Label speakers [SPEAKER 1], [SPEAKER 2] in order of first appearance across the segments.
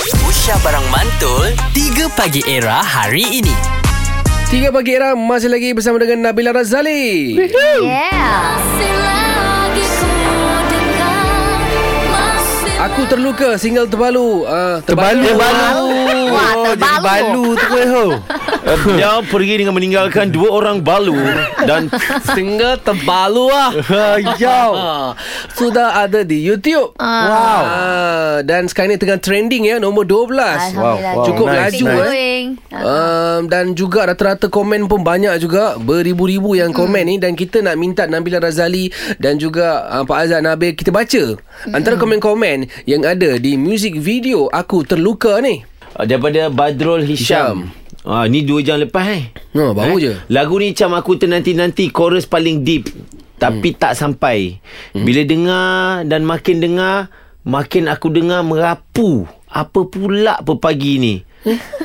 [SPEAKER 1] Aisyah Barang Mantul 3 Pagi Era hari ini
[SPEAKER 2] Tiga pagi era masih lagi bersama dengan Nabila Razali.
[SPEAKER 3] Yeah.
[SPEAKER 2] Aku terluka single terbalu. Uh,
[SPEAKER 4] Terbalu
[SPEAKER 3] Wah,
[SPEAKER 4] Oh, jadi
[SPEAKER 3] terbalu.
[SPEAKER 4] balu tu pun ho. Eh, Dia pergi dengan meninggalkan dua orang balu Dan
[SPEAKER 2] single terbalu ah.
[SPEAKER 4] Yau
[SPEAKER 2] Ah, Sudah ada di YouTube.
[SPEAKER 3] Wow.
[SPEAKER 2] Ah, dan sekarang ni tengah trending ya nombor 12.
[SPEAKER 3] Alhamdulillah.
[SPEAKER 4] Wow, wow,
[SPEAKER 2] Cukup
[SPEAKER 4] nice,
[SPEAKER 2] laju
[SPEAKER 4] nice.
[SPEAKER 2] eh. Um, dan juga rata-rata komen pun banyak juga Beribu-ribu yang komen ni Dan kita nak minta Nabila Razali Dan juga uh, Pak Azhar Nabil Kita baca Antara komen-komen Yang ada di music video Aku Terluka ni
[SPEAKER 4] Daripada Badrul Hisham,
[SPEAKER 2] Hisham.
[SPEAKER 4] Ah, ni dua jam lepas eh
[SPEAKER 2] No, Ha, baru
[SPEAKER 4] Eh?
[SPEAKER 2] je
[SPEAKER 4] Lagu ni macam aku ternanti-nanti chorus paling deep
[SPEAKER 2] Hmm.
[SPEAKER 4] tapi tak sampai. Bila dengar dan makin dengar, makin aku dengar merapu. Apa pula pe pagi ni?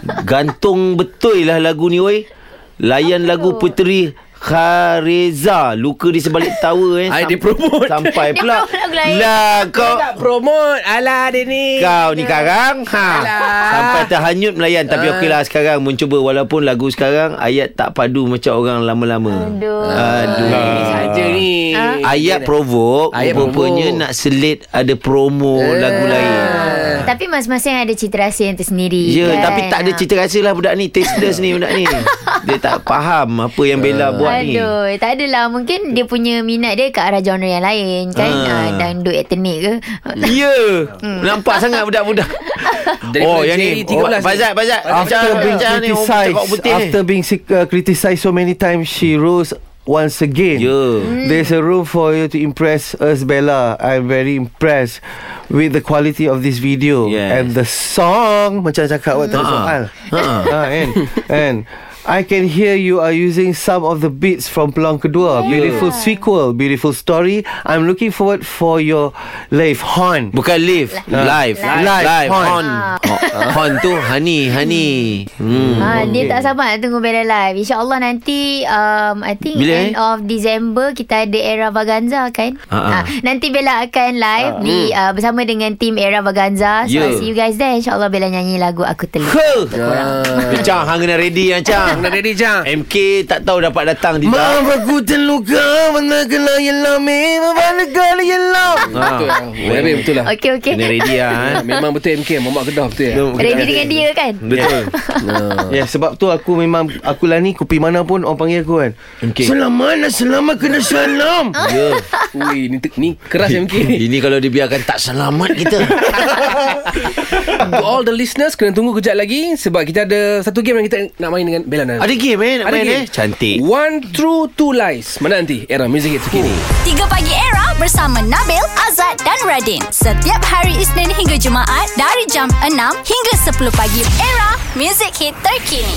[SPEAKER 4] Gantung betul lah lagu ni oi. Layan lagu Puteri Khareza Luka di sebalik tower eh
[SPEAKER 2] Ai, dia promote.
[SPEAKER 4] Sampai
[SPEAKER 3] Dia
[SPEAKER 4] pula
[SPEAKER 3] promote lagu lain.
[SPEAKER 4] Lah kau
[SPEAKER 2] Tak promote Alah dia ni
[SPEAKER 4] kau ni karang ha.
[SPEAKER 2] Eh, Alah. Ah.
[SPEAKER 4] Sampai terhanyut melayan Tapi okey lah sekarang Mencuba walaupun lagu sekarang Ayat tak padu macam orang lama-lama
[SPEAKER 3] Aduh.
[SPEAKER 4] Aduh.
[SPEAKER 2] Ini saja
[SPEAKER 4] Ah.
[SPEAKER 2] ni
[SPEAKER 4] Ha? Ayat provoke
[SPEAKER 2] Ayat
[SPEAKER 4] Ayat Rupanya
[SPEAKER 2] provoke. Eh.
[SPEAKER 4] nak selit Ada promo lagu lain
[SPEAKER 3] Tapi masing-masing ada cita rasa yang tersendiri.
[SPEAKER 4] Ya
[SPEAKER 3] kan?
[SPEAKER 4] tapi tak ada cita rasa lah budak ni Tasteless ni budak ni Dia tak faham Apa
[SPEAKER 2] Ah.
[SPEAKER 4] yang Bella buat ni
[SPEAKER 3] Aduh, tak adalah. Mungkin dia punya minat dia ke arah genre yang lain kan.
[SPEAKER 4] Ah.
[SPEAKER 3] Ah. Dangdut etnik ke.
[SPEAKER 4] Ya Nampak sangat budak-budak
[SPEAKER 2] Daripada
[SPEAKER 4] Oh yang
[SPEAKER 2] JD
[SPEAKER 4] ni
[SPEAKER 2] 13
[SPEAKER 4] oh, Bazat Bazat
[SPEAKER 5] After being criticized After being si- uh, criticized so many times She rose once again
[SPEAKER 4] Yeah.
[SPEAKER 5] There's a room for you to impress us Bella I'm very impressed With the quality of this video
[SPEAKER 4] Yes.
[SPEAKER 5] And the song Macam cakap awak tadi
[SPEAKER 4] Ha-ha.
[SPEAKER 5] soal Ah, And And I can hear you are using some of the beats from Pelang Kedua. Beautiful sequel, beautiful story. I'm looking forward for your live horn.
[SPEAKER 4] Bukan live Live
[SPEAKER 5] Live.
[SPEAKER 4] Live
[SPEAKER 5] Hon.
[SPEAKER 4] Hon Oh. Hon tu Honey Honey hmm.
[SPEAKER 3] Ha, dia tak sabar nak tunggu Bella Live. InsyaAllah nanti, um, I think
[SPEAKER 4] Bila, eh?
[SPEAKER 3] end of December, kita ada Era Vaganza kan?
[SPEAKER 4] Ha, ha.
[SPEAKER 3] Ha, nanti Bella akan live di uh, bersama dengan tim Era Vaganza. So,
[SPEAKER 4] Ah. Hmm. Ya.
[SPEAKER 3] I see you guys there. InsyaAllah Bella nyanyi lagu Aku Terluka.
[SPEAKER 4] Ke
[SPEAKER 2] Ah.
[SPEAKER 4] Cang Hang kena ready ya, yang Cang
[SPEAKER 2] Nak ready Jang
[SPEAKER 4] MK tak tahu dapat datang di tak
[SPEAKER 5] Maaf aku terluka Mana kena yelah Memang mana kena yelah
[SPEAKER 4] Betul
[SPEAKER 2] Nabi betul lah
[SPEAKER 3] Okey, okey.
[SPEAKER 4] Ah, Kena ready lah eh.
[SPEAKER 2] Memang betul MK Mamak Kedah betul ya
[SPEAKER 3] Ready dengan dia kan?
[SPEAKER 4] Betul
[SPEAKER 5] Ya yeah, sebab tu aku memang Aku lah ni Kopi mana pun orang panggil aku kan
[SPEAKER 4] Okay.
[SPEAKER 5] Selamat dan selamat kena salam
[SPEAKER 4] Ya
[SPEAKER 2] Ui ni, te- ni keras MK
[SPEAKER 4] Ini kalau dibiarkan tak selamat kita
[SPEAKER 2] To all the listeners Kena tunggu kejap lagi Sebab kita ada Satu game yang kita nak main dengan Bella Nana
[SPEAKER 4] Ada game eh Nak
[SPEAKER 2] Ada
[SPEAKER 4] main
[SPEAKER 2] game
[SPEAKER 4] eh Cantik
[SPEAKER 2] One True Two Lies Mana nanti Era Music Hit Terkini
[SPEAKER 6] 3 Pagi Era bersama Nabil, Azad dan Radin. Setiap hari Isnin hingga Jumaat dari jam 6 hingga 10 pagi. Era, music hit terkini.